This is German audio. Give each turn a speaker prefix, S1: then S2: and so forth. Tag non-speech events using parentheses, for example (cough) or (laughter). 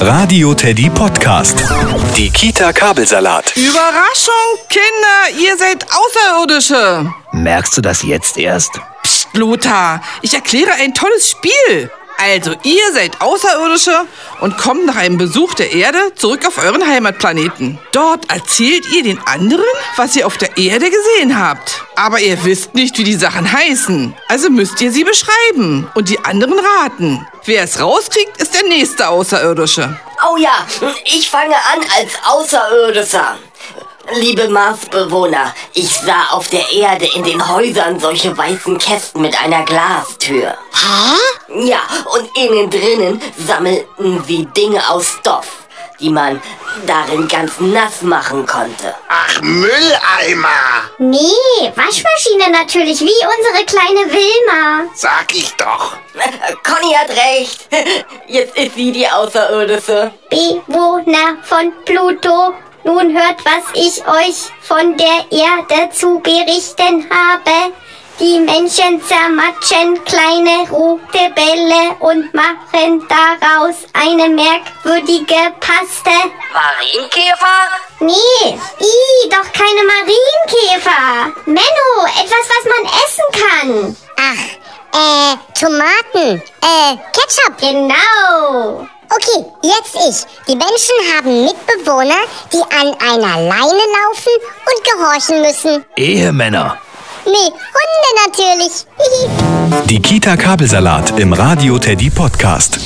S1: Radio Teddy Podcast. Die Kita Kabelsalat.
S2: Überraschung, Kinder, ihr seid Außerirdische.
S3: Merkst du das jetzt erst?
S2: Psst, Lothar, ich erkläre ein tolles Spiel. Also, ihr seid Außerirdische und kommt nach einem Besuch der Erde zurück auf euren Heimatplaneten. Dort erzählt ihr den anderen, was ihr auf der Erde gesehen habt. Aber ihr wisst nicht, wie die Sachen heißen. Also müsst ihr sie beschreiben und die anderen raten. Wer es rauskriegt, ist der nächste Außerirdische.
S4: Oh ja, ich fange an als Außerirdischer. Liebe Marsbewohner, ich sah auf der Erde in den Häusern solche weißen Kästen mit einer Glastür. Hä? Ja, und innen drinnen sammelten sie Dinge aus Stoff, die man darin ganz nass machen konnte.
S5: Ach, Mülleimer,
S6: Nee, Waschmaschine natürlich, wie unsere kleine Wilma.
S5: sag ich doch.
S4: Äh, Conny hat recht. (laughs) Jetzt ist sie die Außerirdische.
S6: Bewohner von Pluto, nun hört, was ich euch von der Erde zu berichten habe. Die Menschen zermatschen kleine rote Bälle und machen daraus eine merkwürdige Paste.
S4: Marienkäfer?
S6: Nee, i, doch keine Marienkäfer. Menno, etwas, was man essen kann.
S7: Äh, Tomaten. Äh, Ketchup.
S6: Genau.
S7: Okay, jetzt ich. Die Menschen haben Mitbewohner, die an einer Leine laufen und gehorchen müssen.
S3: Ehemänner.
S7: Nee, Hunde natürlich.
S1: Die Kita Kabelsalat im Radio Teddy Podcast.